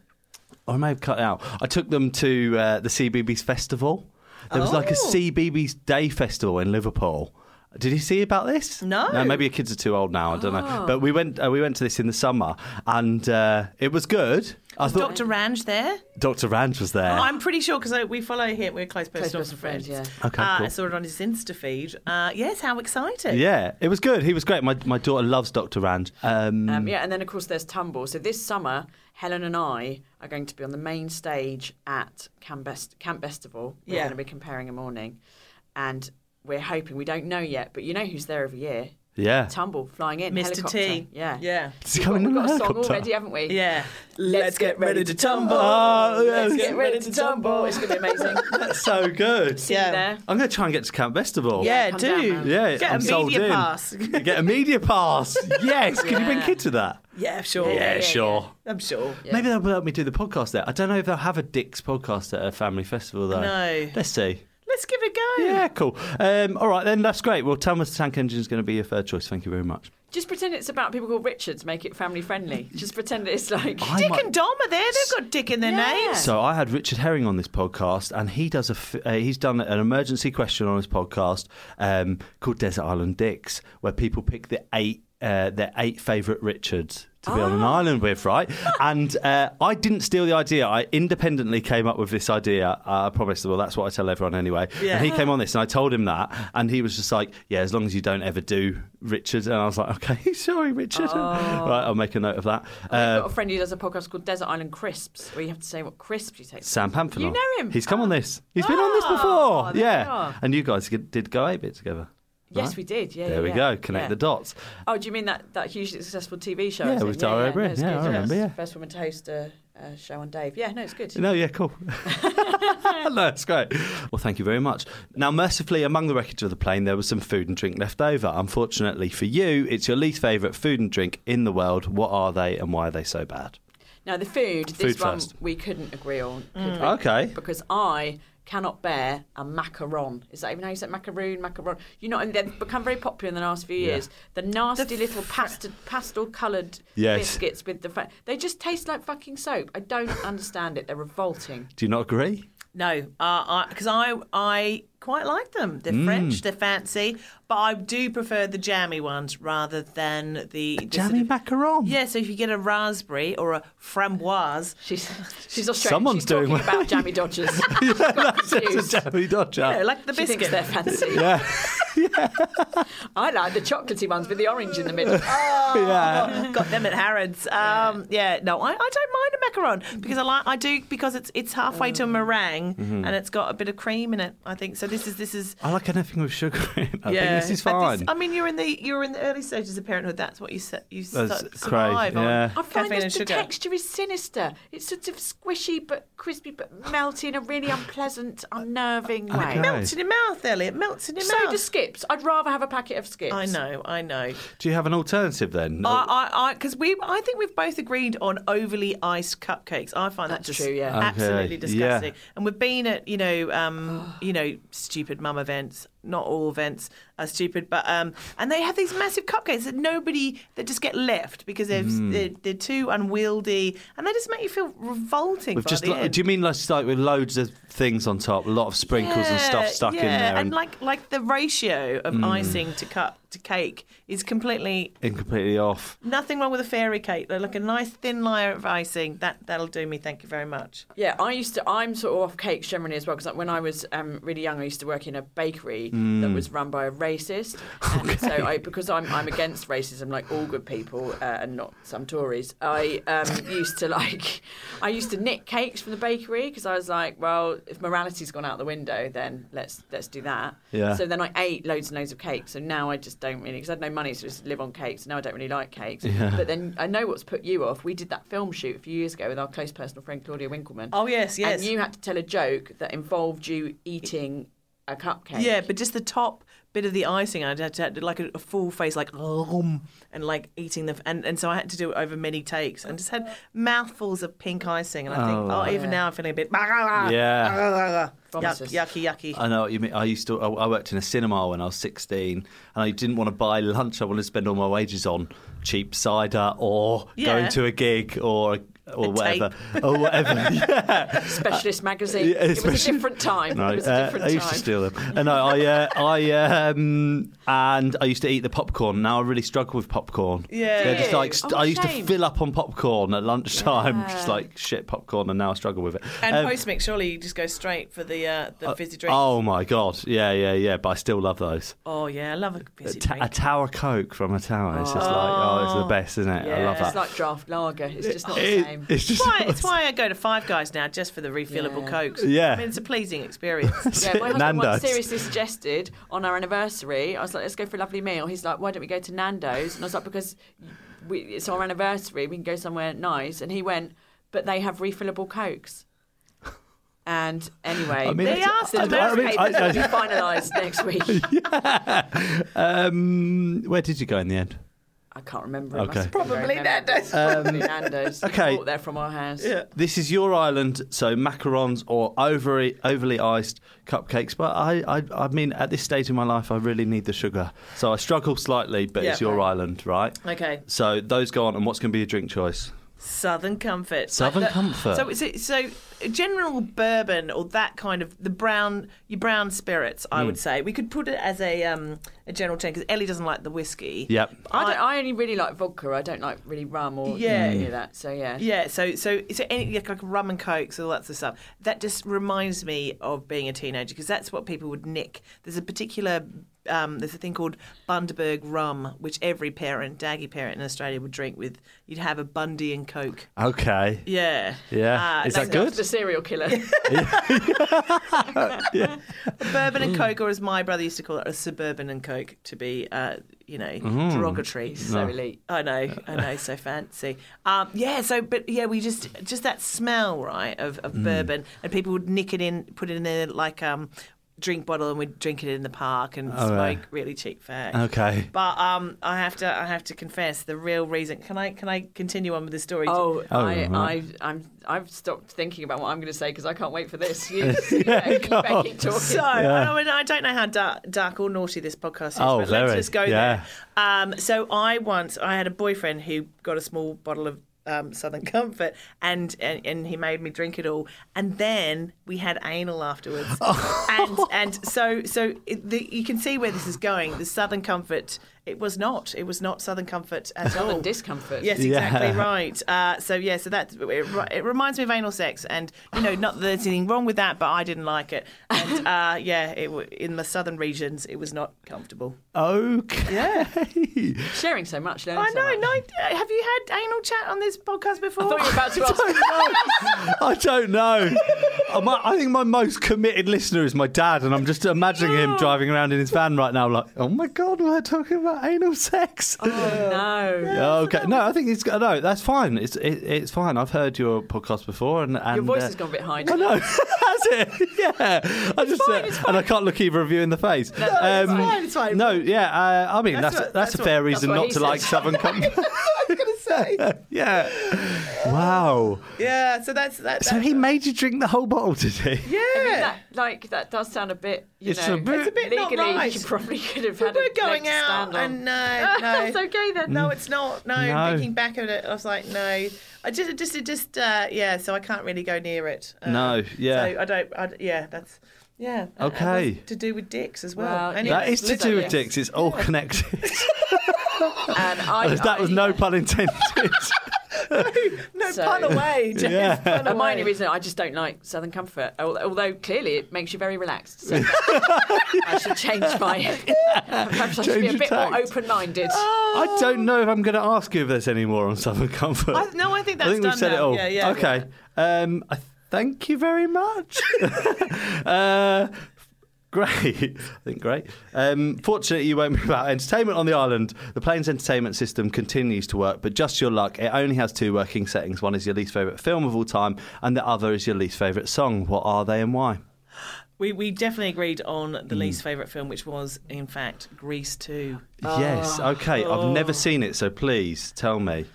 I may have cut it out. I took them to uh, the CBBS festival. There was like a Oh. CBBS Day festival in Liverpool. Did you see about this? No. maybe your kids are too old now. I don't know. Oh. But we went. Uh, we went to this in the summer, and uh, it was good. I thought Dr. Range there. Dr. Range was there. I'm pretty sure because we follow him. We're close personal, personal friends, yeah. Okay, Uh, cool. I saw it on his Insta feed. Uh, yes, how exciting. yeah, it was good. He was great. My my daughter loves Dr. Range. Um, Um, yeah, and then of course there's Tumble. So this summer, Helen and I are going to be on the main stage at Camp, Best- Camp Festival. We're Yeah. going to be comparing a morning, and we're hoping we don't know yet, but you know who's there every year? yeah. Tumble flying in Mr. helicopter. T. Yeah, Yeah. Is he We've got, coming we've in got the a song helicopter? already, haven't we? Yeah. Let's get ready to tumble. Oh, yeah. Let's get ready to tumble. It's going to be amazing. That's so good. See you Yeah. there. I'm going to try and get to Camp Festival. Yeah, Come down, do. man. Yeah, Get I'm a sold media in. pass. Get a media pass. Yes. Can you bring Yeah. kids to that? yeah, sure. Yeah, yeah, sure. I'm sure. Maybe they'll help me do the podcast there. I don't know if they'll have a Dick's podcast at a family festival though. No. Let's see. Let's give it a go. Yeah, cool. Um, all right, then that's great. Well, Thomas the Tank Engine is going to be your third choice. Thank you very much. Just pretend it's about people called Richard to make it family friendly. Just pretend it's like. I Dick might- and Dom are there. They've got Dick in their Yeah. names. So I had Richard Herring on this podcast, and he does a f- uh, he's done an emergency question on his podcast um, called Desert Island Dicks, where people pick the eight uh, their eight favourite Richards to be on an Ah. island with, right? and uh, I didn't steal the idea. I independently came up with this idea. Uh, I promised. Well, that's what I tell everyone anyway. Yeah. And he came on this, and I told him that, and he was just like, "Yeah, as long as you don't ever do Richard." And I was like, "Okay, sorry, Richard. right, I'll make a note of that." I've Uh, Oh. got a friend who does a podcast called Desert Island Crisps, where you have to say what crisps you take. Sam Pamphilon. You know him? He's come on Ah. this. He's been on this Ah, before. there yeah. we are. And you guys g- did go a bit together. Yes, right? we did. Yeah. There yeah, we yeah. go. Connect Yeah. the dots. Oh, do you mean that, that hugely successful TV show? Yeah, is it? with Dario O'Brien. it's Yeah, good. I remember, yeah. First woman to host a, a show on Dave. Yeah, no, it's good. No, yeah, cool. no, it's great. Well, thank you very much. Now, mercifully, among the wreckage of the plane, there was some food and drink left over. Unfortunately for you, it's your least favourite food and drink in the world. What are they and why are they so bad? Now the food. This Food one first. Mm. we couldn't agree on. could we? Okay. Because I cannot bear a macaron. Is that even how you say it? macaroon? Macaron. You know, and they've become very popular in the last few years. The nasty little pasta, pastel-coloured Yes. biscuits with the fa- they just taste like fucking soap. I don't understand it. They're revolting. Do you not agree? No, because I, I quite like them. Mm. They're French, they're fancy, but I do prefer the jammy ones rather than the, the Jammy sort of- macaron. Yeah, so if you get a raspberry or a framboise, She's she's Australian. Someone's she's doing talking well. about jammy dodgers. That's a jammy dodger. you know, like the she thinks biscuit. they're fancy. Yeah. yeah. I like the chocolatey ones with the orange in the middle. yeah. got them at Harrods. Um, yeah. no, I, I don't mind a macaron because I like I do because it's it's halfway to a Mm. meringue Mm-hmm. and it's got a bit of cream in it. I think so. This is this is uh, I like anything with sugar in it. I think this is But fine. I mean, you're in the you're in the early stages of parenthood. That's what you su- you su- That's survive crazy, on. yeah. I find Caffeine and this, the sugar. texture is sinister. It's sort of squishy but crispy but melty in a really unpleasant, unnerving way. Okay. Melts in your mouth, Elliot. Melts in your So mouth. do skips. I'd rather have a packet of skips. I know. I know. Do you have an alternative then? Oh, I, I, I, because we, I think we've both agreed on overly iced cupcakes. I find that That's just true, yeah. Okay, absolutely yeah. disgusting. And we've been at, you know, um, you know, stupid mum events. Not all events are stupid, but um, and they have these massive cupcakes that nobody that just get left because they're Hmm. they're, they're too unwieldy and they just make you feel revolting. We've by just. the lo- end. do you mean like, like with loads of things on top, a lot of sprinkles and stuff Yeah, stuck in yeah, there, Hmm. and, like like the ratio of icing to cup to cake is completely and completely off? Nothing wrong with a fairy cake. They look a nice thin layer of icing. That that'll do me. Thank you very much. Yeah, I used to. I'm sort of off cakes generally as well because when I was um, really young, I used to work in a bakery that was run by a racist. And So I, because I'm I'm against racism, like all good people, uh, and not some Tories. I um, used to like, I used to knit cakes from the bakery because I was like, well, if morality's gone out the window, then let's let's do that. Yeah. So then I ate loads and loads of cakes. So now I just don't really because I had no money, so I just live on cakes. Now I don't really like cakes. But then I know what's put you off. We did that film shoot a few years ago with our close personal friend Claudia Winkleman. Oh yes, yes. And you had to tell a joke that involved you eating a cupcake. yeah, but just the top bit of the icing. I had to, had to like a, a full face, like um, and like eating the and and so I had to do it over many takes and just had mouthfuls of pink icing. And I think, oh, even now I'm feeling a bit. Ah. Yeah. Yuck, Vomitous. yucky, yucky. I know what you mean. I used to. I I worked in a cinema when I was sixteen, and I didn't want to buy lunch. I wanted to spend all my wages on cheap cider or Yeah. going to a gig or or A whatever tape. or whatever. yeah. uh, Specialist magazine. yeah, it was a especially- different time. No, it was a uh, different I time. used to steal them. And no, I, uh, I, um, and I used to eat the popcorn. Now I really struggle with popcorn. Yeah. They're just Do you? like st- Oh, I used to shame. fill up on popcorn at lunchtime, just like shit popcorn, and now I struggle with it. and Um, post mix, surely you just go straight for the uh, the fizzy drink. oh my god, yeah, yeah, yeah. But I still love those. Oh, yeah, I love a fizzy A ta- drink. a tower coke from a tower. It's just like oh, it's the best, isn't it? I love that. It's like draft lager. It's just not the It- same. it's just Why, it's why I go to Five Guys now just for the refillable Yeah. cokes. Yeah. I mean, it's a pleasing experience. Yeah, my husband Nando's. once seriously suggested on our anniversary, I was like, let's go for a lovely meal. He's like, why don't we go to Nando's? And I was like, because we, it's our anniversary, we can go somewhere nice. And he went, but they have refillable Cokes. And anyway, I mean, They it's- asked the I- I divorce mean, I- papers will be finalised next week. um, where did you go in the end? I can't remember. It Okay. Um, must have been very Probably memorable. Nando's. Probably Nando's. okay. Bought there from our house. This is your island, so macarons or overly overly iced cupcakes. But I, I, I mean, at this stage in my life, I really need the sugar, so I struggle slightly. But it's Yeah. your island, right? okay, So those go on, and what's going to be your drink choice? Southern Comfort. Southern Like the- Comfort. So, so, so general bourbon or that kind of the brown, your brown spirits. I Hmm. would say we could put it as a um, a general term because Ellie doesn't like the whiskey. Yep. I, don't, I only really like vodka. I don't like really rum or Yeah. any of that. So yeah. Yeah, so so so any like, like rum and cokes, all that sort of stuff. That just reminds me of being a teenager because that's what people would nick. There's a particular um, there's a thing called Bundaberg rum, which every parent, daggy parent in Australia would drink with. You'd have a Bundy and Coke. Uh, Okay. Yeah, Yeah. Is that so good? The serial killer. Bourbon Mm. and Coke, or as my brother used to call it, a suburban and Coke, to be uh, you know Mm-hmm. derogatory. So so elite. I know, I know, so fancy. Um, yeah, so but yeah, we just just that smell, right, of, Mm. of bourbon, and people would nick it in, put it in their like um, drink bottle, and we'd drink it in the park and Oh, smoke right. really cheap fag. Okay. But um, I have to, I have to confess, the real reason. Can I, can I continue on with the story? Oh, Oh, I, right. I, I'm, I've stopped thinking about what I'm going to say because I can't wait for this. You, you, know, you go better on. keep talking. So I, mean, I don't know how dark, dark or naughty this podcast is, Oh, but let's very, just go yeah. there. Um, so I once I had a boyfriend who got a small bottle of um, Southern Comfort, and, and and he made me drink it all, and then we had anal afterwards, and and so so it, the, you can see where this is going. The Southern Comfort it was not. It was not Southern Comfort at all. Oh, Southern discomfort. Yes, exactly right. Uh, so yeah, so that it, it reminds me of anal sex, and you know, not that there's anything wrong with that, but I didn't like it, and uh, yeah, it, w- in the southern regions, it was not comfortable. Okay. Sharing so much, learning I so know. much. No, have you had anal chat on this podcast before? I thought you were about to ask. I don't know. Uh, my- I think my most committed listener is my dad, and I'm just imagining him driving around in his van right now, like, oh my god, we're talking about anal sex. Oh, no. okay, no, I think it's no, that's fine. It's it, it's fine. I've heard your podcast before, and, and Your voice uh, has gone a bit high. I know. That's it. Yeah. I just fine, uh, it's and I can't look either of you in the face. No, it's fine, it's fine. No, yeah. Uh, I mean, that's that's, what- that's a what- fair that's reason what not he to like says. Southern Comfort. gonna say. yeah. Wow. Yeah, so that's that. So that- he made you drink the whole bottle, did he? yeah. That, like that does sound a bit. You It's know, a bit- It's a bit not legally. right. You probably could have But had. we're a going leg to out, stand on. and no, no, That's okay then. no, it's not. No, No. thinking back at it, I was like, no, I just, it just, it just, uh, yeah. So I can't really go near it. Uh, No, yeah. So I don't. I, yeah, that's. Yeah. and- and Okay. that's to do with dicks as well. Well, Anyway, That is to listen, do with yes. dicks. It's all connected. And I, that was no pun intended. no so- pun away. James, Yeah. pun A minor away. reason I just don't like Southern Comfort, al- although clearly it makes you very relaxed. So I should change my. Perhaps I should be Change a your bit more tact. Ah. open minded. I don't know if I'm going to ask you if there's any more on Southern Comfort. I- no, I think that's I think done we've said now. it all. Yeah, yeah. okay. Um, I thank you very much. uh, great. I think great. Um, fortunately, you won't be without entertainment on the island. The plane's entertainment system continues to work, but just your luck, it only has two working settings. One is your least favourite film of all time, and the other is your least favourite song. What are they and why? We we definitely agreed on the Mm. least favorite film, which was in fact Grease Two. yes. Ah. Okay. I've never seen it, so please tell me.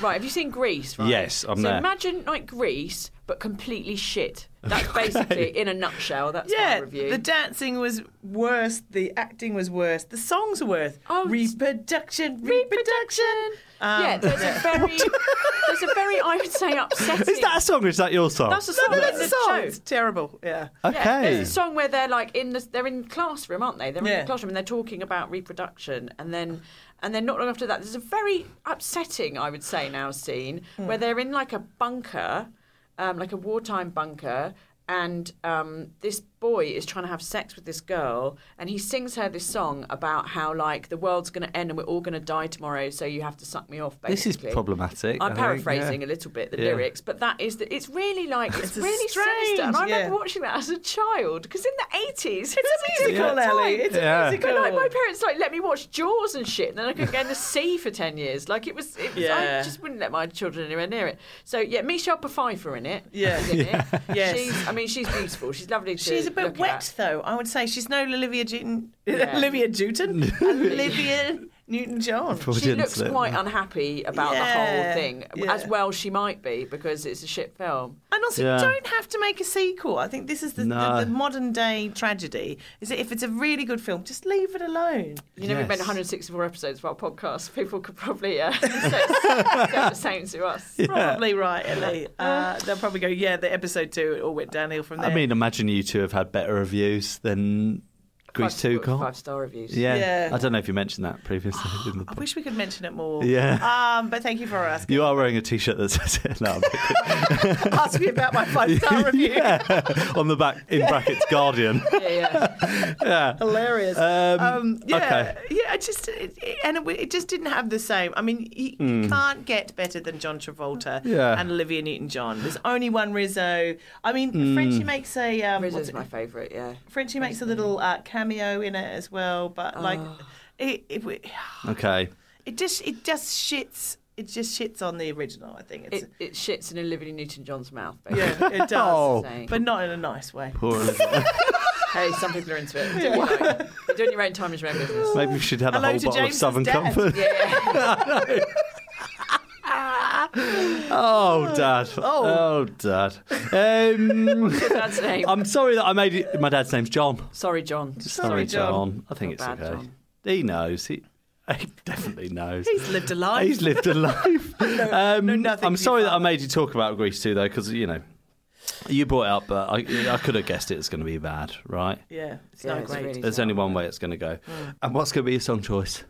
Right, have you seen Greece? Right? Yes, I'm so there. imagine like Greece, but completely shit. That's basically in a nutshell. That's my Yeah, review. the dancing was worse. The acting was worse. The songs were worse. Oh, it's- reproduction, reproduction. Um, yeah, there's a very, there's a very, I would say, upsetting. um, Is that a song or is that your song? That's a song. No, that's it's a a song. joke. It's terrible. Yeah. Uh, Yeah, okay. there's a song where they're like in the they're in classroom, aren't they? They're in Yeah. the classroom and they're talking about reproduction, and then and then not long after that, there's a very upsetting, I would say, now scene Hmm. where they're in like a bunker, um, like a wartime bunker, and um, this boy is trying to have sex with this girl, and he sings her this song about how like the world's going to end and we're all going to die tomorrow, so you have to suck me off. This Basically, is problematic, I I'm think, paraphrasing yeah. a little bit the Yeah. lyrics, but that is that it's really like it's, a really sinister, and I strange, remember yeah. watching watching that as a child because in the 80s It's a it was musical, different Ellie. time. It's Yeah. a musical. But like my parents like let me watch Jaws and shit, and then I couldn't go in the sea for ten years. Like it was, it was I Yeah. just wouldn't let my children anywhere near it. So yeah, Michelle Pfeiffer in it. Yeah. is in it. Yes. She's, I mean, she's beautiful. She's lovely. To She's a bit look wet, At. though. I would say she's no Olivia Newton. Yeah. Olivia Newton. Olivia Newton-John. She Freudian looks slip. quite unhappy about the whole Yeah. thing, Yeah. as well she might be because it's a shit film. And also, Yeah. you don't have to make a sequel. I think this is the, No. the, the modern day tragedy. Is that if it's a really good film, just leave it alone. You know, we've made Yes. 164 episodes of our podcast. People could probably uh, say, say the same to us. Probably right, Ellie. Uh, they'll probably go, yeah, the episode two, it all went downhill from there. I mean, imagine you two have had better reviews than Grease Five- 2 got. Five star reviews. Yeah. Yeah. I don't know if you mentioned that previously. in the I pod- wish we could mention it more. Yeah. Um, but thank you for asking. you are wearing a t shirt that says it now. Ask me about my five star review. yeah. On the back, in brackets, Guardian. Yeah, yeah. Hilarious. Um, Um, yeah, Okay. yeah. It just it, it- and it, it just didn't have the same. I mean, you, you can't get better than John Travolta Hmm. Yeah. and Olivia Newton-John. There's only one Rizzo. I mean, Hmm. Frenchie makes a um, what's Rizzo's it- my favourite, yeah. Frenchie makes a little uh, cameo in it as well, but like Oh. it, it w- Okay. it just it just shits it just shits on the original. I think it's It, it shits in Olivia Newton John's mouth. Basically. yeah, it does, Oh. Saying, but not in a nice way. Poor Elizabeth. hey, some people are into it. Do what you like. You're doing your own time is your own business. Maybe we should have Hello a whole to bottle James's of Southern dad. Comfort. Yeah, Oh, Dad. Oh, Dad. Um, that's the name. I'm sorry that I made it. My dad's name's John. Sorry, John. Sorry, John. I think Not it's bad, okay. John. He knows. He, he definitely knows. He's lived a life. He's lived a life. um, nothing I'm to be sorry that I found. made you talk about Greece too, though, because you know You brought it up, but I, I could have guessed it was going to be bad, right? Yeah, it's Yeah, Mm. not it's great. really- There's only one way it's going to go. And what's going to be your song choice?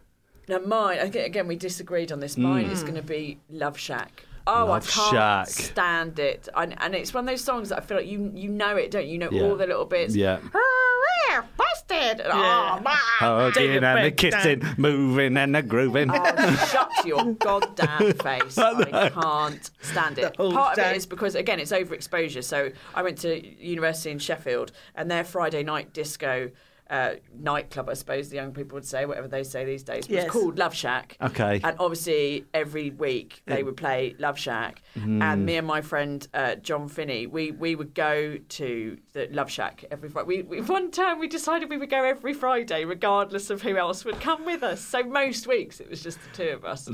Now, mine, I think, again, we disagreed on this. Mine is going to be Love Shack. Oh, Hmm. Love I can't Shack. stand it. And, and it's one of those songs that I feel like you you know it, don't you? You know Yeah. all the little bits. Yeah. Hooray, Busted! And, Yeah. Oh, man. Hugging and the break kissing, moving and the grooving. Oh, shut your goddamn face. I can't stand it. whole Part of day. it is because, again, it's overexposure. So I went to university in Sheffield and their Friday night disco uh, nightclub, I suppose the young people would say, whatever they say these days, was Yes. called Love Shack. Okay. And obviously, every week they would play Love Shack. And me and my friend uh, John Finney, we, we would go to the Love Shack every Friday. We, we, one term we decided we would go every Friday, regardless of who else would come with us. So most weeks it was just the two of us.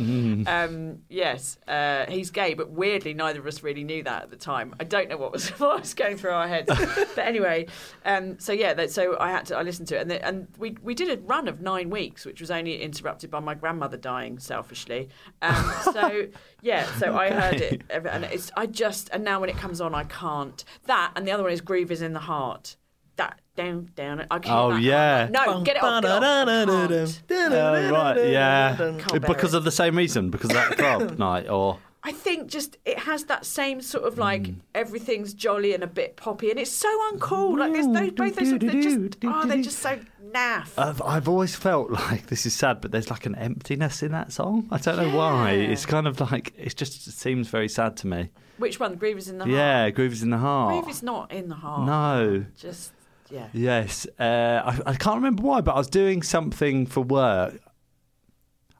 Um, yes, uh, he's gay, but weirdly, neither of us really knew that at the time. I don't know what was, what was going through our heads. but anyway, um, so yeah, that, so I had to, I listened to it. And, the, and we, we did a run of nine weeks, which was only interrupted by my grandmother dying selfishly. Um, so yeah, so I heard it. ev- And it's, I just, and now when it comes on, I can't. That, and the other one is Groove is in the Heart. That, down, down. I can't Oh, that. yeah. No, get it off. Get it off. I can't. Oh, right, yeah. Can't bear Because it. of the same reason, because of that club night, or I think just it has that same sort of like everything's jolly and a bit poppy, and it's so uncool. Like there's those, both those, songs, they're just oh, they're just so naff. I've, I've always felt like this is sad, but there's like an emptiness in that song. I don't know why. It's kind of like it just seems very sad to me. Which one? Groove is in the heart. Yeah, groove is in the heart. Groove is not in the heart. no. Just yeah. Yes, uh, I, I can't remember why, but I was doing something for work.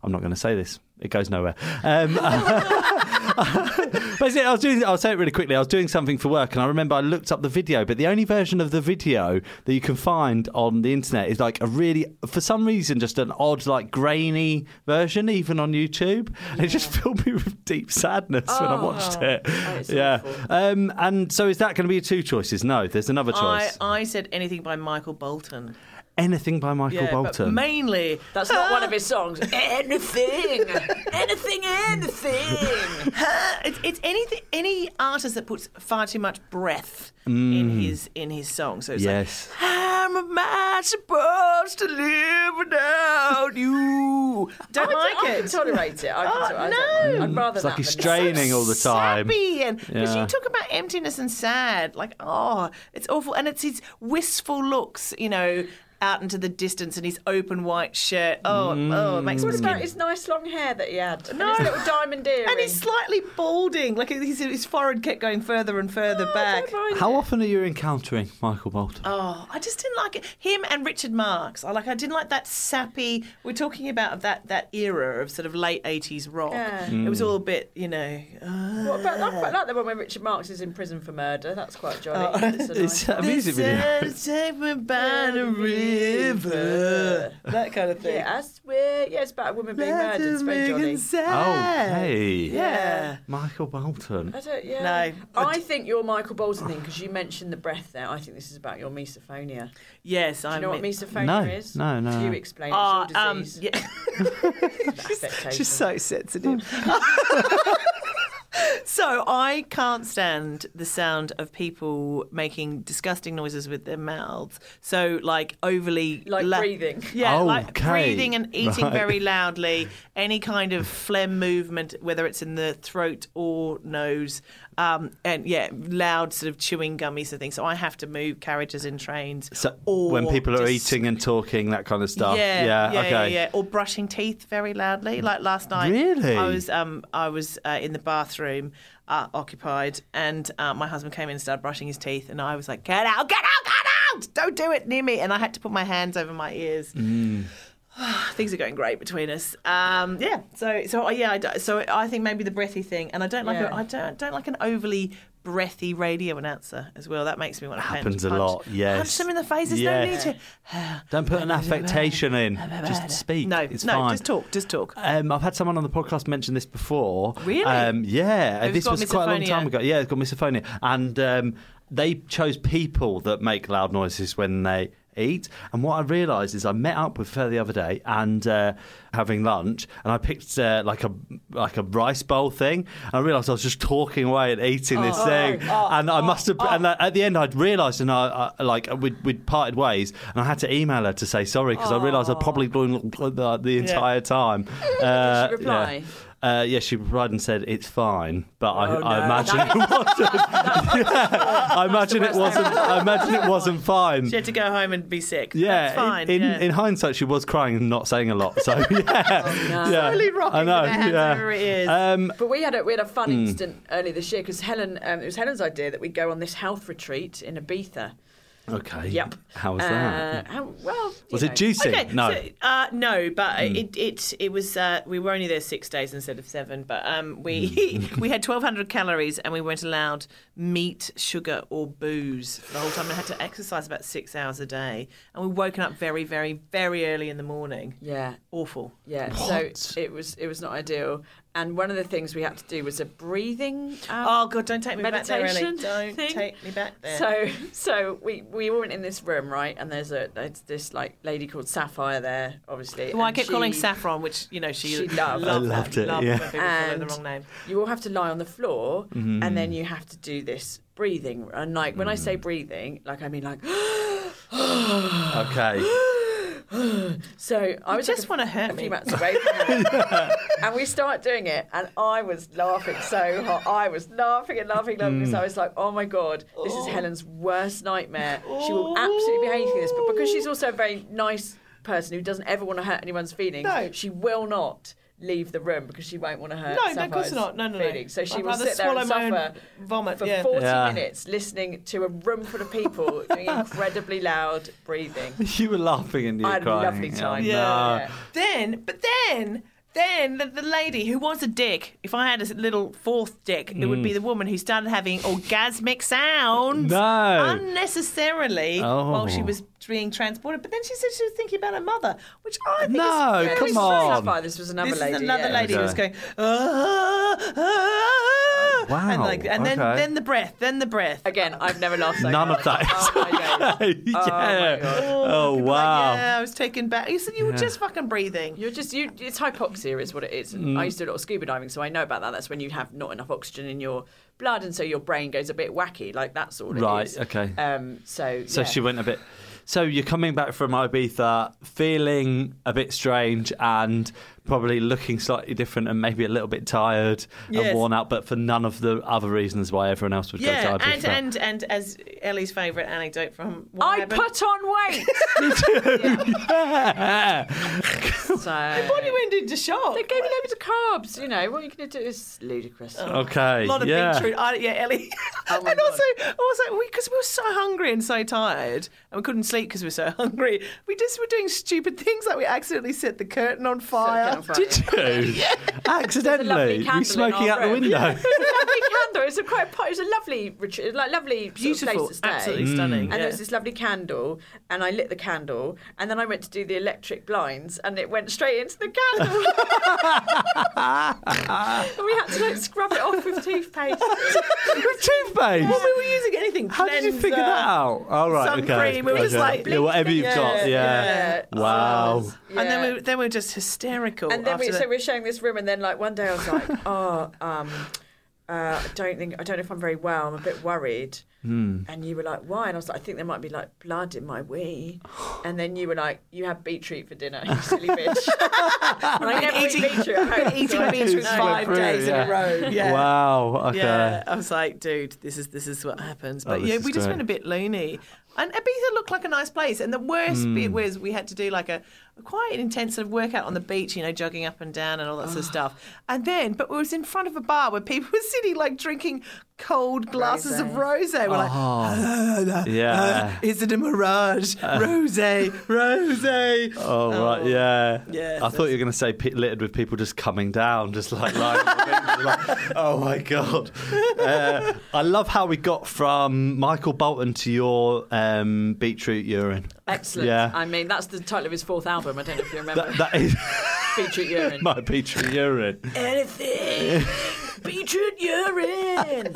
I'm not going to say this; it goes nowhere. Um, basically, I was doing. I'll say it really quickly. I was doing something for work, and I remember I looked up the video. But the only version of the video that you can find on the internet is like a really, for some reason, just an odd, like grainy version, even on YouTube. And It just filled me with deep sadness when I watched it. it's yeah. Oh. awful. Um, and so, is that going to be your two choices? No, there's another I, choice. I said anything by Michael Bolton. Anything by Michael Yeah, but Bolton. mainly That's not one of his songs. Anything, anything, anything. uh, it's, it's anything any artist that puts far too much breath in his in his song. So it's yes. like how am I supposed to live without you? Don't I, like can- I it. can tolerate it. I can Oh, tolerate it. no. I'd rather It's like that he's than this. straining all the time. Sappy and because Yeah. you talk about emptiness and sad, like oh, it's awful. And it's his wistful looks, you know, out into the distance and his open white shirt. Oh, oh, it makes me What about skin. his nice long hair that he had? No. And his little diamond earring. And he's slightly balding, like his, his forehead kept going further and further I back. don't mind How it. often are you encountering Michael Bolton? Oh, I just didn't like it. Him and Richard Marx. I like. I didn't like that sappy. We're talking about of that that era of sort of late eighties rock. Yeah. Mm. It was all a bit, you know. Uh, What about that? Quite like the one where Richard Marx is in prison for murder. That's quite jolly. Oh, It's a it's nice a music video. take me by the river. That kind of thing. Yeah, I swear. Yeah, it's about a woman being Let murdered. it It's very make jolly. it sad. Oh, hey. Yeah. Michael Bolton. I don't, yeah. No, I I think your Michael Bolton thing, because you mentioned the breath there, I think this is about your misophonia. Yes, I Do you know what mean- misophonia No, is? no, no. Ah, You explain Oh, it's your um, disease. yeah. Affectation. She's so sensitive. so I can't stand the sound of people making disgusting noises with their mouths. So like overly Like breathing. Yeah, like Okay. breathing and eating Right. very loudly. Any kind of phlegm movement, whether it's in the throat or nose, um, and yeah, loud sort of chewing gummies and things. So I have to move carriages in trains. So or when people are just- eating and talking, that kind of stuff. yeah, yeah, okay. yeah, yeah. Or brushing teeth very loudly. Like last night, Really? I was um, I was uh, in the bathroom, uh, occupied, and uh, my husband came in and started brushing his teeth, and I was like, "Get out! Get out! Get out! Don't do it near me!" And I had to put my hands over my ears. Mm. Things are going great between us. Um, yeah. So so uh, yeah. I do- so I think maybe the breathy thing, and I don't like Yeah. a, I don't don't like an overly breathy radio announcer as well. That makes me want to Happens a punch, lot, yes. Punch them in the face. There's Yes. no need to. Don't put an affectation in. Just speak. No, it's no, fine. just talk, just talk. Um, I've had someone on the podcast mention this before. Really? Um, yeah, Who's this got was quite a long misophonia? time ago. Yeah, it's got misophonia, and um, they chose people that make loud noises when they eat. And what I realised is I met up with her the other day and uh, having lunch, and I picked uh, like a like a rice bowl thing. And I realised I was just talking away and eating Oh, this thing, and I must have. and uh, at the end, I'd realised, and I, I like we'd, we'd parted ways, and I had to email her to say sorry because I realised I'd probably blown the, the entire time. Uh, Did she reply? Yeah. Uh, yeah, she replied and said it's fine, but I, Oh, I no. imagine it wasn't. Yeah, I imagine it worst wasn't. I imagine it wasn't fine. She had to go home and be sick. Yeah, That's fine. In, in, yeah. in hindsight, she was crying and not saying a lot. So yeah, Oh, yeah. Really rocking I know. their hands yeah. over it is. Um, But we had a we had a fun mm. incident earlier this year because Helen um, it was Helen's idea that we go on this health retreat in Ibiza. okay. Yep. Mm. How was that? Uh, how, well, you Was know. it juicy? Okay, no. Hmm. so, uh, no, but it, it it was uh, we were only there six days instead of seven. But um, we Hmm. we had twelve hundred calories and we weren't allowed meat, sugar, or booze the whole time. I had to exercise about six hours a day, and we were woken up very, very, very early in the morning. Yeah, Awful. yeah. What? So it was it was not ideal. And one of the things we had to do was a breathing. Um, Oh God, don't take me back there, Meditation Ellie. Don't thing? take me back there. So, so we we went in this room, right? And there's a there's this like lady called Sapphire there, obviously. well, I and kept calling she- Saffron, which you know she, She loved. I loved it, Loved yeah. when people follow the And- wrong name. You all have to lie on the floor, Mm-hmm. and then you have to do this breathing. And like when I say Mm. breathing, like I mean like. okay. So I was just like wanna a- hurt a few me. months away from her. and we start doing it, and I was laughing so hard. I was laughing and laughing, laughing. Mm. because I was like, "Oh my god, this is Helen's worst nightmare. She will Oh. absolutely be hating this." But because she's also a very nice person who doesn't ever want to hurt anyone's feelings, No. she will not. Leave the room because she won't want to hurt. No, no, of Sapphire's course not. No, no, no. feelings. So she I'd will rather sit there and swallow my own suffer vomit, for yeah. forty Yeah. minutes, listening to a room full of people doing incredibly loud breathing. You were laughing and you were I had a crying. lovely time. Yeah. Yeah. Then, but then, then the, the lady who was a dick, if I had a little fourth dick, it would be the woman who started having orgasmic sounds Mm. No. unnecessarily Oh. while she was being transported. But then she said she was thinking about her mother, which I think No, is very come strange. on. Sapphire, this was another This lady. is another yeah. lady who was Okay. going, ah, ah, Wow, and, like, and then, okay. then the breath, then the breath. Again, I've never laughed so None hard. of that. Oh my days. yeah. God. Oh, People are wow. Like, yeah, I was taken back. You said you were Yeah. just fucking breathing. You're just you. It's hypoxia, is what it is. Mm. I used to do a lot of scuba diving, so I know about that. That's when you have not enough oxygen in your blood, and so your brain goes a bit wacky. Like that's all. it Right, is. okay. Um. So. So yeah. she went a bit. So you're coming back from Ibiza, feeling a bit strange and probably looking slightly different and maybe a little bit tired Yes. and worn out, but for none of the other reasons why everyone else would Yeah, go to Ibiza. and, and and as Ellie's favourite anecdote from what I happened. put on weight. Yeah. so. Body went into shock. They gave me loads of carbs. You know what you going to do is ludicrous. okay. a lot of yeah. beetroot. I, yeah, Ellie. Oh my and God. also, also, because we, were so hungry and so tired, and we couldn't sleep because we were so hungry. We just were doing stupid things, like we accidentally set the curtain on fire. on fire. Did you? Dude, accidentally, candle we in smoking our out the room. window. It was a lovely candle. It was a quite. It was a lovely, retreat, like lovely, sort of Beautiful, place to stay. absolutely Mm. stunning. And yeah. there was this lovely candle, and I lit the candle, and then I went to do the electric blinds, and it went straight into the candle. and we had to like scrub it off with toothpaste. With toothpaste. Well, we were using anything. How did you figure that out? All right, sun okay. cream. We were just okay. like, yeah, whatever you've yeah, got. Yeah. yeah. Wow. And then Yeah. we, then we were just hysterical. and then we, after so that. we're showing this room, and then like one day I was like, oh, um, uh, I don't think I don't know if I'm very well. I'm a bit worried. Hmm. And you were like, why? And I was like, I think there might be like blood in my wee. And then you were like, you had beetroot for dinner, you silly bitch. and I never eat eating- beetroot. at home, so I eating didn't beetroot know. five days in a row. Yeah. Wow. Okay. Yeah, I was like, dude, this is this is what happens. But Oh, this yeah, is we just great. went a bit loony. And Ibiza looked like a nice place. And the worst Hmm. bit was we had to do like a quite an intensive workout on the beach, you know, jogging up and down and all that sort of stuff. And then, but we was in front of a bar where people were sitting like drinking cold glasses of rosé. We're like, Oh. Yeah. Uh. is it a mirage? Rosé, rosé. Oh, right, yeah. yes, I thought you were going to say pe- littered with people just coming down, just like lying. on the bench, like, oh my god! Uh, I love how we got from Michael Bolton to your um, beetroot urine. Excellent. Yeah. I mean, that's the title of his fourth album. I don't know if you remember. That, that is Beetroot Urine. my beetroot urine. Anything. Beetroot Urine.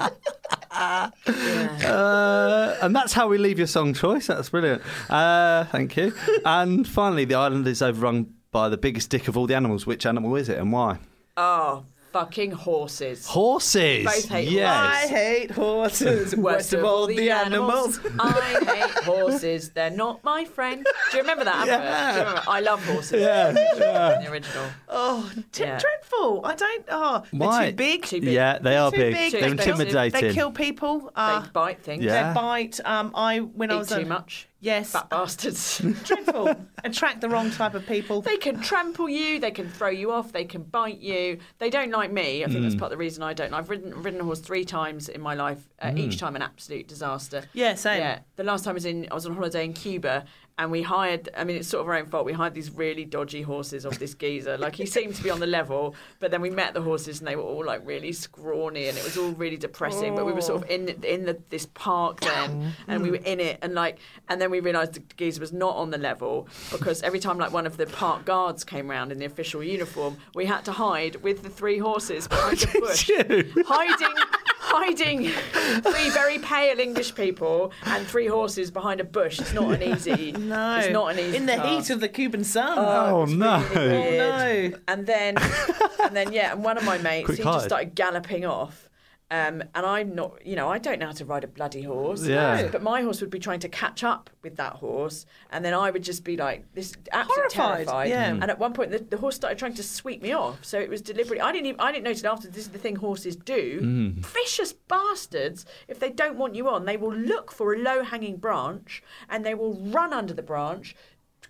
Uh, and that's how we leave your song choice. That's brilliant. Uh, thank you. And finally, the island is overrun by the biggest dick of all the animals. Which animal is it and why? Oh, fucking horses. Horses. Both hate I yes. hate horses. Worst of all the animals. I hate horses. They're not my friend. Do you remember that? advert? Do you remember? I love horses. Yeah, yeah. In the original. Oh, t- Yeah. dreadful. I don't. Oh, Why? they're too big. Too big. Yeah, they are Too big. big. They're They- intimidating. They kill people. They Uh, bite things. Yeah. They bite. Um, I when I Eat was too on- much. Yes, Fat bastards. dreadful. Attract the wrong type of people. They can trample you. They can throw you off. They can bite you. They don't like me. I think Mm. that's part of the reason I don't. I've ridden ridden a horse three times in my life. Uh, Each time an absolute disaster. Mm. Yeah, same. Yeah. The last time I was in, I was on holiday in Cuba, and we hired. I mean, it's sort of our own fault. We hired these really dodgy horses of this geezer. Like he seemed to be on the level, but then we met the horses, and they were all like really scrawny, and it was all really depressing. But we were sort of in in the, this park then, and we Hmm. were in it, and like, and then we realised the geezer was not on the level because every time like one of the park guards came round in the official uniform, we had to hide with the three horses behind the bush Oh, hiding hiding three very pale English people and three horses behind a bush. It's not an easy. no, it's not an easy. In the task. heat of the Cuban sun. Oh, Oh no! Weird. no. And then, and then, yeah. And one of my mates, Quick he hide. just started galloping off. Um, and I'm not, you know, I don't know how to ride a bloody horse. Yeah. No. But my horse would be trying to catch up with that horse, and then I would just be like, this absolutely Horrified, terrified. yeah. And at one point, the, the horse started trying to sweep me off. So it was deliberately. I didn't even. I didn't notice after this is the thing horses do. Vicious bastards. If they don't want you on, they will look for a low hanging branch and they will run under the branch.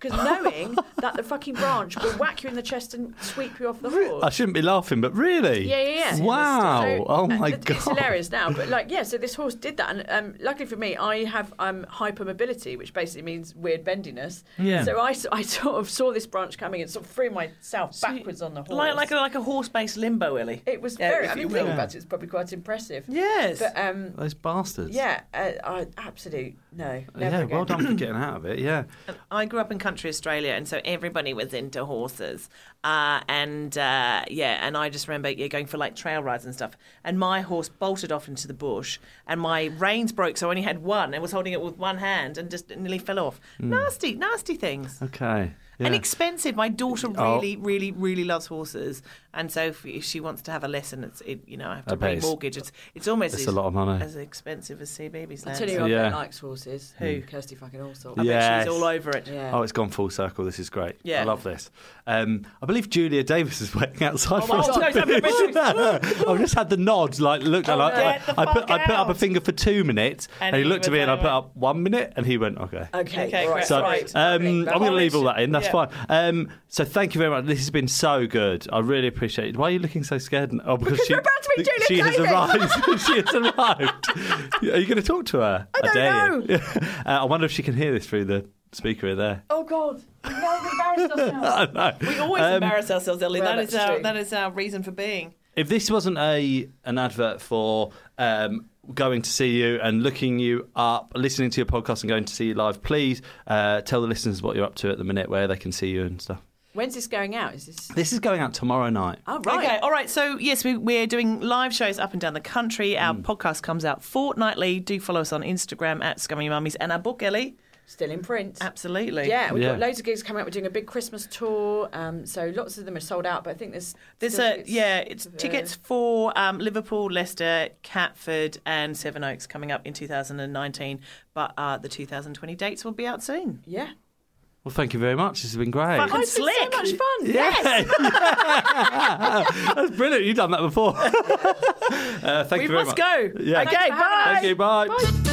Because knowing that the fucking branch will whack you in the chest and sweep you off the horse. I shouldn't be laughing, but really. Yeah, yeah, yeah. Wow! So, oh uh, my it's, god! It's hilarious now, but like, yeah. So this horse did that, and um, luckily for me, I have um, hypermobility, which basically means weird bendiness. Yeah. So I, s- I sort of saw this branch coming and sort of threw myself backwards on the horse. Like like a, like a horse-based limbo, Ellie. it was Yeah, very. if I you mean, will. think about it, it's probably quite impressive. Yes. But um, Those bastards. yeah, uh, I absolute no. Never Yeah. again. Well done for getting out of it. Yeah. I grew up in country Australia, and so everybody was into horses. Uh, and uh, yeah, and I just remember yeah, going for like trail rides and stuff. And my horse bolted off into the bush, and my reins broke, so I only had one and was holding it with one hand and just nearly fell off. Nasty, nasty things. Hmm. Okay. Yeah. And expensive. My daughter Oh. really, really, really loves horses, and so if, if she wants to have a lesson, it's it, you know I have to I bet pay it's- mortgage. It's it's almost It's as, a lot of money. as expensive as CBeebies. I now, tell you, so who I Yeah. don't like horses. Who? Kirsty fucking Allsop. I bet Yes. she's all over it. Yeah. Oh, it's gone full circle. This is great. I Yeah. love this. Um, I believe Julia Davis is waiting outside for my us. to God. finish. I've just had the nod. Like, look, and I, Get I, the I put fuck I put up a out. finger for two minutes, and, And he he looked at was me, and I like, put up one minute, and he went, okay. Okay. Okay, right. great. So right. um, I'm going to leave all that in. That's Yeah. fine. Um, so thank you very much. This has been so good. I really appreciate it. Why are you looking so scared? Oh, because, she, we're about to meet Julia she has Davis. arrived. she has arrived. are you going to talk to her? I don't you. uh, I wonder if she can hear this through the speaker in there. Oh God. We've now embarrassed ourselves. I know. We always Um, embarrass ourselves, Ellie. well, that is that's our true. that is our reason for being. If this wasn't a an advert for um, going to see you and looking you up, listening to your podcast and going to see you live, please uh, tell the listeners what you're up to at the minute, where they can see you and stuff. When's this going out? Is this? This is going out tomorrow night. Oh right. Okay, all right. So yes, we, we're doing live shows up and down the country. Our Mm. podcast comes out fortnightly. Do follow us on Instagram at Scummy Mummies and our book, Ellie. Still in print. Mm, Absolutely. Yeah, we've Yeah. got loads of gigs coming up. We're doing a big Christmas tour, um, so lots of them are sold out. But I think there's There's still a tickets. yeah. It's tickets for um, Liverpool, Leicester, Catford, and Seven Oaks coming up in 2019. But uh, the 2020 dates will be out soon. yeah. Oh, Well, thank you very much. This has been great. Fucking It's been so slick. much fun. Yes. That's brilliant. You've done that before. uh, thank we you very much. must go. Yeah. Oh. Okay. for having Bye. us. Thank you. Bye. Bye.